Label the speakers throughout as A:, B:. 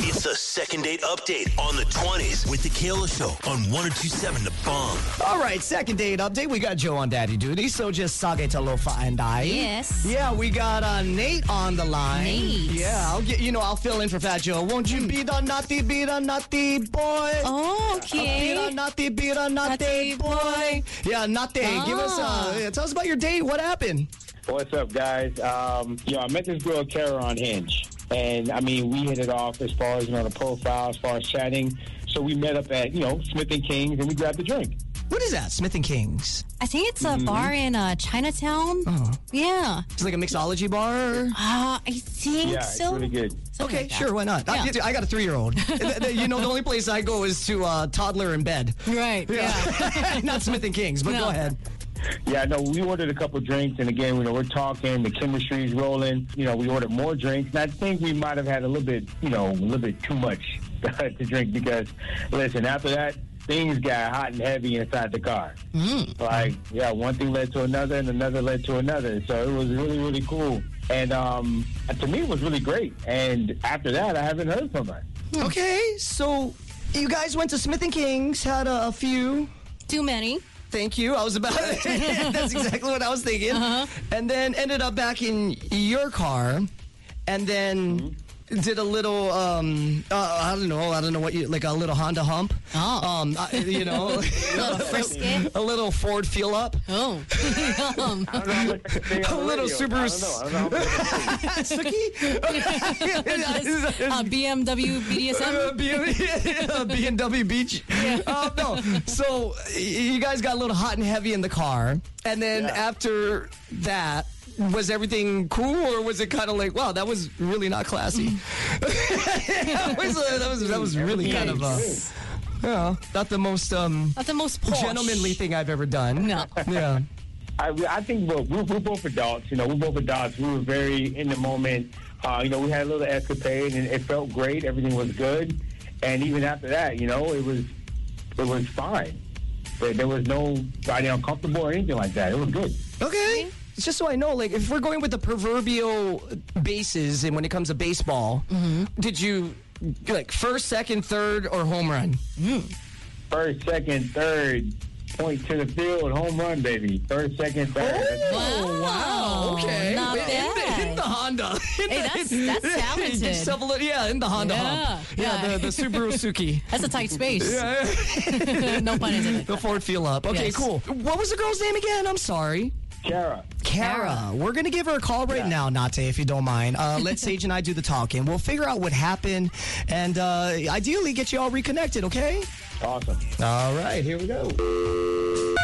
A: It's the second date update on the 20s with the Kayla Show on 1027 The Bomb.
B: All right, second date update. We got Joe on daddy duty, so just Sage Talofa and I.
C: Yes.
B: Yeah, we got uh, Nate on the line.
C: Nate.
B: Yeah, I'll get. You know, I'll fill in for Fat Joe. Won't you be the naughty, be the naughty boy?
C: Oh,
B: Be the
C: okay.
B: naughty, be the
C: Naughty
B: naughty boy. Yeah, naughty. Give us.
C: Ah.
B: Uh, yeah, tell us about your date. What happened?
D: What's up, guys? Um, yo, I met this girl Kara on Hinge, and I mean, we hit it off as far as you know the profile, as far as chatting. So we met up at you know Smith and King's, and we grabbed a drink.
B: What is that? Smith and Kings.
C: I think it's a
D: Mm-hmm.
C: bar in uh, Chinatown.
D: Uh-huh.
C: Yeah.
B: It's like a mixology bar.
C: Uh, I think
D: Yeah,
C: so.
D: it's really good.
C: Something
B: Okay,
C: like that.
B: sure, why not? I-
C: Yeah.
B: I, got a three-year-old. you know, the only place I go is to uh, toddler in bed.
C: Right. Yeah.
B: Not Smith and Kings, but go
C: No.
B: ahead.
D: Yeah, no, we ordered a couple drinks, and again, you know, we're talking, the chemistry's rolling. You know, we ordered more drinks, and I think we might have had a little bit, you know, a little bit too much to drink because, listen, after that, things got hot and heavy inside the car.
B: Mm.
D: Like, yeah, one thing led to another, and another led to another. So it was really, really cool. And um, to me, it was really great. And after that, I haven't heard from her.
B: Okay, so you guys went to Smith and Kings, had a, a few.
C: Too many.
B: Thank you. I was about. That's exactly what I was thinking.
C: Uh-huh.
B: And then ended up back in your car, and then.
C: Mm-hmm.
B: Did a little, um, uh, I don't know, I don't know what you like, a little Honda hump.
C: Oh.
B: Um, I, you know,
C: little frisket.
B: a little Ford fuel up.
C: Oh. Yum.
D: I don't know how much I can say
B: A
D: on the
B: little
D: radio.
B: Subaru
D: I don't know. I don't know how much I can say.
B: Suki?
C: Uh, BMW BDSM.
B: Uh, B- B&W Beach. Uh, no. So y- you guys got a little hot and heavy in the car. And then
D: Yeah.
B: after that, was everything cool or was it kind of like, wow, that was really not classy?
C: Mm-hmm.
B: that, was, uh, that, was, that was really kind of, uh, yeah, not the most um,
C: Not the most posh.
B: gentlemanly thing I've ever done.
C: No.
B: Yeah.
D: I, I think look, we're, we're both adults. You know, we're both adults. We were very in the moment. Uh, you know, we had a little escapade, and it felt great. Everything was good, and even after that, you know, it was it was fine. There, there was nobody uncomfortable or anything like that. It was good.
B: Okay. It's Just so I know, like if we're going with the proverbial bases, and when it comes to baseball, did you like first, second, third, or home run?
D: First, second, third, point to the field, home run, baby. First, second, third.
E: Oh!
C: Oh,
B: Oh,
C: Wow. Not
B: in,
C: bad.
B: The, in the Honda. In
C: Hey,
B: the-
C: that's-
B: in-
C: that's talented.
B: Just shovel it- yeah, in the Honda
C: Yeah,
B: hump. Yeah,
C: yeah.
B: the, the Subaru Suki.
C: That's a tight space. no pun intended.
B: The Ford Feel Up. Okay,
C: Yes.
B: cool. What was the girl's name again? I'm sorry.
D: Kara.
B: Kara, we're gonna give her a call right now, Nate, if you don't mind. Uh, let Sage and I do the talking. We'll figure out what happened, and uh, ideally get you all reconnected. Okay.
D: Awesome.
B: All right, here we go.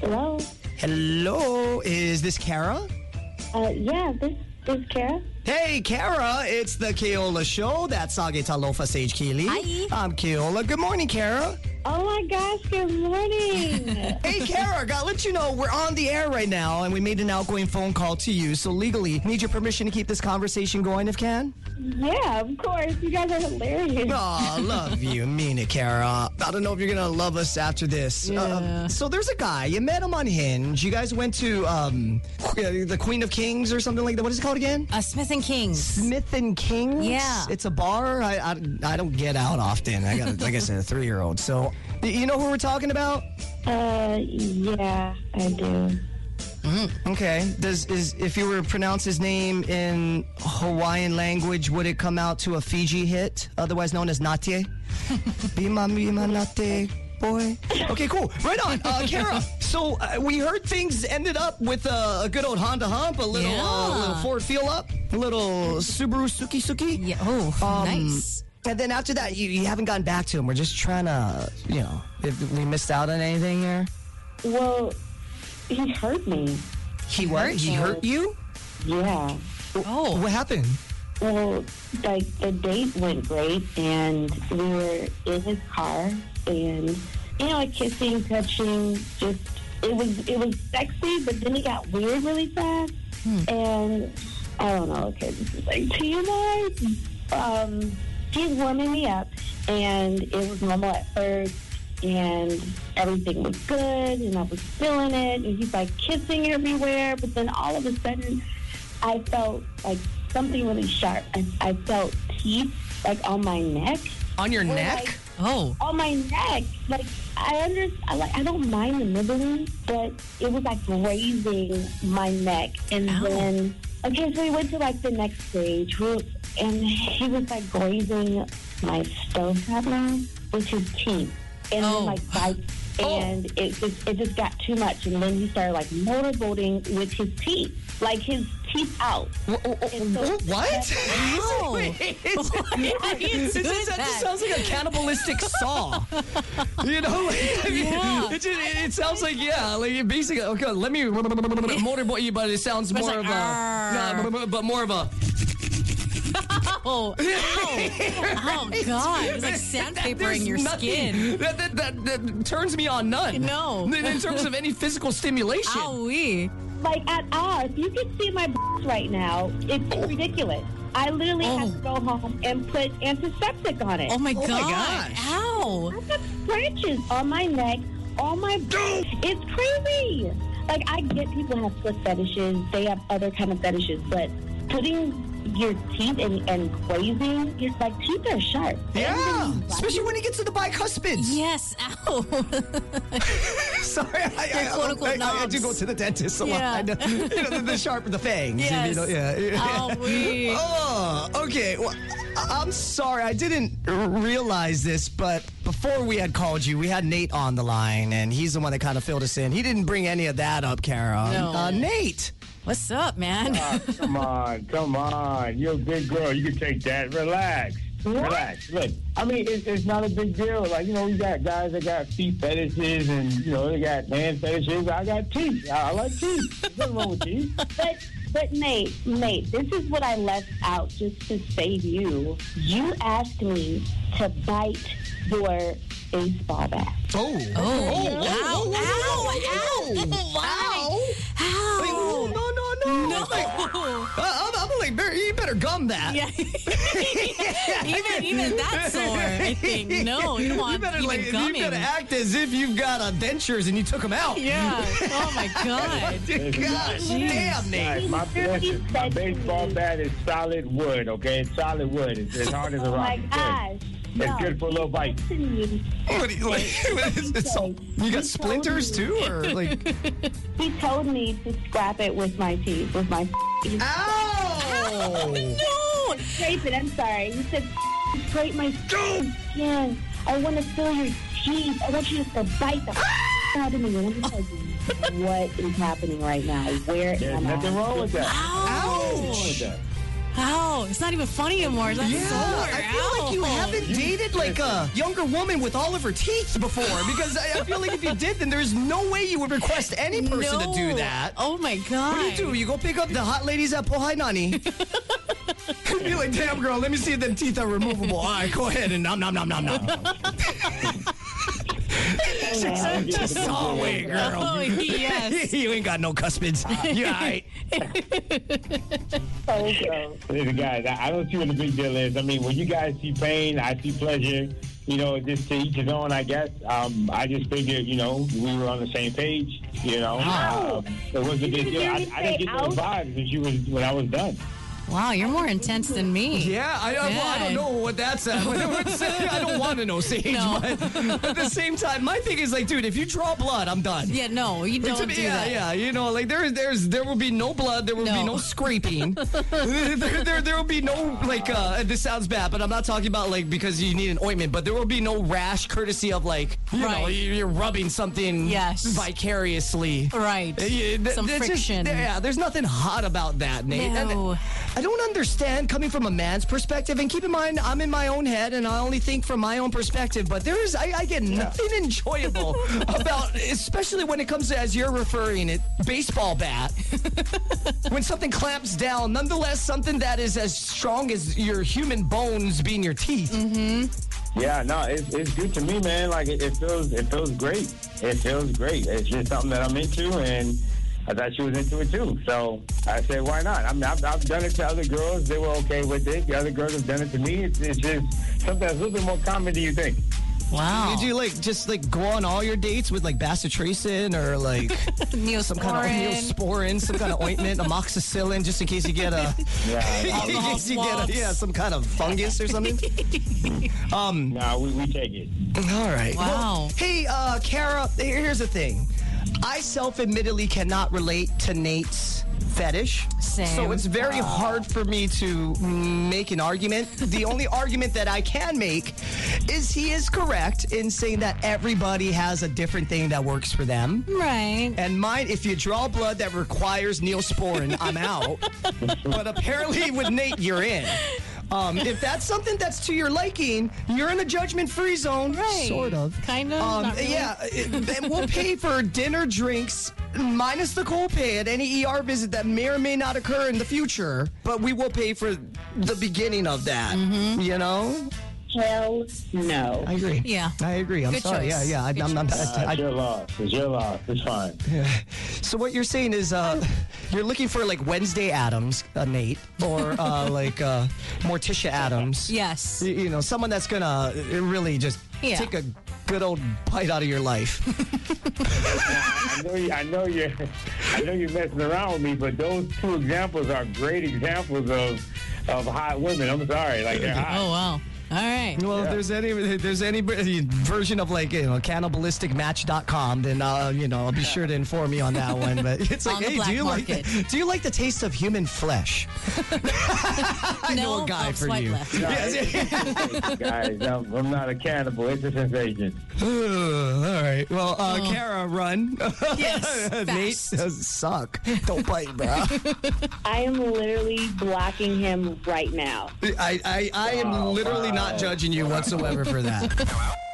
F: Hello.
B: Hello, is this Kara?
F: Uh, yeah, this this is Kara.
B: Hey, Kara, it's the Keola Show. That's Sage Talofa Sage Keeley.
C: Hi.
B: I'm Keola. Good morning, Kara.
F: Oh my gosh! Good morning.
B: Hey, Kara, gotta let you know we're on the air right now, and we made an outgoing phone call to you. So legally, need your permission to keep this conversation going, if can.
F: yeah, of course. You guys are hilarious.
B: Aw, love you. Mean it, Kara. I don't know if you're going to love us after this. Um,
C: Yeah.
B: so there's a guy. You met him on Hinge. You guys went to um, Qu- uh, the Queen of Kings or something like that. What is it called again?
C: Uh, Smith and Kings.
B: Smith and Kings.
C: Yeah.
B: It's a bar. I, I, I don't get out often. I got, like I said, a three year old. So y- you know who we're talking about?
F: Uh, yeah, I do.
B: Okay. Does is if you were to pronounce his name in Hawaiian language, would it come out to a Fiji hit, otherwise known as Natie? bima bima nate boy. Okay, cool. Right on, uh, Kara. So uh, we heard things ended up with uh, a good old Honda hump, a little, uh,
C: Yeah.
B: little Ford feel up, a little Subaru Suki Suki.
C: Yeah. Oh,
B: um,
C: nice.
B: And then after that, you, you haven't gotten back to him. We're just trying to, you know, if we missed out on anything here.
F: Well, he hurt me.
B: He what? He hurt you?
F: Yeah.
C: Oh.
B: What happened?
F: Well, like the date went great, and we were in his car, and you know, like kissing, touching, just it was it was sexy, but then it got weird really fast, and I don't know. Okay, this is like TMI. Um, he's warming me up, and it was normal at first, and everything was good and I was feeling it and he's like kissing everywhere but then all of a sudden I felt like something really sharp. I, I felt teeth like on my neck.
E: On your
F: Or,
E: neck?
F: like,
E: oh.
F: on my neck. Like I under I like I don't mind the nibbling, but it was like grazing my neck. And
E: Ow.
F: then okay, so we went to like the next stage, We- and he was like grazing my stove cover with his teeth, and
E: Oh.
F: then like bite.
E: Oh.
F: And it just it just got too much, and then he started like motorboating with his teeth, like his teeth out.
B: Wh- wh- wh-
F: And so-
B: oh, what?
C: Ow.
E: Why do you
B: This
E: do
B: is- that just
E: that?
B: sounds like a cannibalistic saw. you know, I mean,
E: Yeah.
B: it, just, it, it sounds like yeah, like you basically. Okay, let me motorboat you, but it sounds more
E: like,
B: of a,
E: "Arr."
B: nah, but- but more of a.
E: Oh, ow. oh God. It's like sandpapering
B: There's
E: your
B: nothing
E: skin.
B: That, that, that, that turns me on none.
E: No.
B: In, in terms of any physical stimulation.
E: Owie.
F: like at all. If you can see my right now, it's ridiculous. I literally have to go home and put antiseptic on it.
E: Oh my
B: my
E: God.
B: gosh.
E: Ow.
F: I have scratches on my neck, on my It's crazy. Like I get people have foot fetishes, they have other kind of fetishes, but putting your teeth and, and grazing, it's like teeth are sharp.
B: Yeah,
F: Everything's
B: especially when you get to the bicuspids.
E: Yes. Ow.
B: Sorry, I, I,
E: quote, unquote,
B: I, I, I do
E: knobs.
B: go to the dentist a lot.
E: Yeah.
B: I know, you know, the, the sharp, the fangs.
E: Yes.
B: You know, yeah.
E: Owie.
B: Oh, okay. Well, I- I'm sorry. I didn't r- realize this, but before we had called you, we had Nate on the line, and he's the one that kind of filled us in. He didn't bring any of that up, Kara.
E: No.
B: Uh, Nate.
E: What's up, man?
D: Come on, come on. You're a big girl. You can take that. Relax. Relax. Look, I mean, it's, it's not a big deal. Like, you know, you got guys that got feet fetishes and, you know, they got hand fetishes. I got teeth. I, I like teeth. There's nothing wrong with teeth.
F: But but Nate, Nate, this is what I left out just to save you. You asked me to bite your baseball bat.
B: Oh. Oh.
E: Ow. Ow. Ow.
B: No,
E: Oh. Ow.
B: no, no.
E: No.
B: Uh, I'm, I'm like, "Bear, you better gum that.
E: Yeah. even even that's sore, I think. No, you don't want
B: You better,
E: even
B: like, you
E: gumming.
B: better act as if you've got uh, dentures and you took them out.
E: yeah. Oh my god.
B: Gosh, damn, Nate.
D: Guys, my, listen, my baseball bat is solid wood, okay? It's solid wood. It's as hard as a
F: Oh
D: rock.
F: my
D: It's
F: gosh.
D: good. It's good for a little bite.
F: to you.
B: What do you, like, it's all- you got splinters too, or like?
F: He told me to scrap it with my teeth, with my teeth.
B: Ow!
E: No.
F: Scrape it, I'm sorry. He said, scrape my skin. I want to feel your teeth. I want you just to bite the
D: Ah!
F: out of me. And I'm just like, what is happening right now? Where
D: There's
F: am
D: nothing
F: I?
D: wrong with that. Nothing wrong
E: Ouch.
D: with that.
E: Ow. It's not even funny anymore. That's
B: Yeah,
E: sore.
B: I feel like you
E: Ow.
B: haven't dated like a younger woman with all of her teeth before because I, I feel like if you did, then there's no way you would request any person to
E: no.
B: do that.
E: Oh my god.
B: What do you do? You go pick up the hot ladies at Pohai Nani. Be like, damn girl, let me see if them teeth are removable. All right, go ahead and nom nom nom nom nom. Just saw away, girl.
E: Oh yes.
B: you ain't got no cuspids. You all right?
F: So gross.
D: Listen, guys, I, I don't see what the big deal is. I mean, when you guys see pain, I see pleasure. You know, just to each his own, I guess. Um, I just figured, you know, we were on the same page. You know, um, it was a big
F: didn't
D: deal.
F: hear
D: I,
F: me
D: I didn't
F: say
D: get no
F: out?
D: vibes when she was when I was done.
E: Wow, you're more intense than me.
B: Yeah, I, I, well, I don't
E: Yeah.
B: know what that's. Uh, what's- I don't want to know, Sage.
E: No.
B: But at the same time, my thing is like, dude, if you draw blood, I'm done.
E: Yeah, no, you
B: To
E: don't
B: me-
E: do
B: yeah,
E: that.
B: yeah, you know, like there, there's, there will be no blood, there will be
E: No.
B: no scraping, there, there, there will be no like. Uh, this sounds bad, but I'm not talking about like because you need an ointment, but there will be no rash courtesy of like you know
E: Right.
B: you- you're rubbing something
E: Yes.
B: vicariously.
E: Right.
B: Uh, yeah, th-
E: Some
B: that's just-
E: friction.
B: yeah, there's nothing hot about that, Nate. And
E: No.
B: I don't understand coming from a man's perspective. And keep in mind, I'm in my own head and I only think from my own perspective. But there is, I, I get nothing enjoyable about, especially when it comes to, as you're referring it, baseball bat. when something clamps down, nonetheless, something that is as strong as your human bones being your teeth.
D: Yeah, no, it's, it's good to me, man. Like it, it feels, it feels great. It feels great. It's just something that I'm into, and I thought she was into it too. So I said, why not? I mean, I've, I've done it to other girls; they were okay with it. The other girls have done it to me. It's, it's just something that's a little bit more common than you think.
E: Wow.
B: Did you like just like go on all your dates with like bacitracin or like some kind of neosporin, some kind of ointment, amoxicillin, just in case you get a,
D: Yeah,
B: in case you get a, yeah, some kind of fungus or something?
D: nah, we, we take it.
B: All right.
E: Wow.
B: hey, uh, Kara, here- here's the thing. I self admittedly cannot relate to Nate's fetish.
E: Same.
B: So it's very hard for me to make an argument. The only argument that I can make is he is correct in saying that everybody has a different thing that works for them.
C: Right.
B: And mine, if you draw blood that requires neosporin, I'm out. but apparently with Nate, you're in. Um, if that's something that's to your liking, you're in a judgment free zone.
E: Right.
B: Sort of.
E: Kind of,
B: Um,
E: not really.
B: Yeah. it- and we'll pay for dinner, drinks, minus the copay at any ER visit that may or may not occur in the future. But we will pay for the beginning of that.
E: Mm-hmm.
B: You know?
F: Hell no.
B: I agree.
E: Yeah.
B: I agree. I'm
E: Good
B: sorry.
E: choice.
B: Yeah, yeah. I,
E: Good
B: I'm, I'm, I, I
D: It's your loss. It's your loss. It's fine.
B: So what you're saying is uh, you're looking for like Wednesday Adams, uh, Nate, or uh, like uh, Morticia Adams.
E: Yes.
B: Y- You know, someone that's gonna uh, really just
E: Yeah.
B: take a good old bite out of your life.
D: I know, you, I know you're, I know you're messing around with me, but those two examples are great examples of, of hot women. I'm sorry, like they're hot.
E: Oh, wow. All right.
B: well, if there's any if there's any b- version of like you know cannibalisticmatch.com, then uh, you know I'll be sure to inform you on that one. But it's
E: On
B: like,
E: the
B: hey,
E: black
B: do you like the,
E: market.
B: do you like the taste of human flesh? I know a guy
E: I'll
B: for
E: swipe
B: you.
E: left.
D: No, it's a guys, I'm, I'm not a cannibal. It's a sensation.
B: Ugh, all right. Well, uh, Kara, run.
E: Yes, fast.
B: Nate uh, suck. Don't bite, bro.
F: I am literally blocking him right now.
B: I, I, I am literally not judging you whatsoever for that.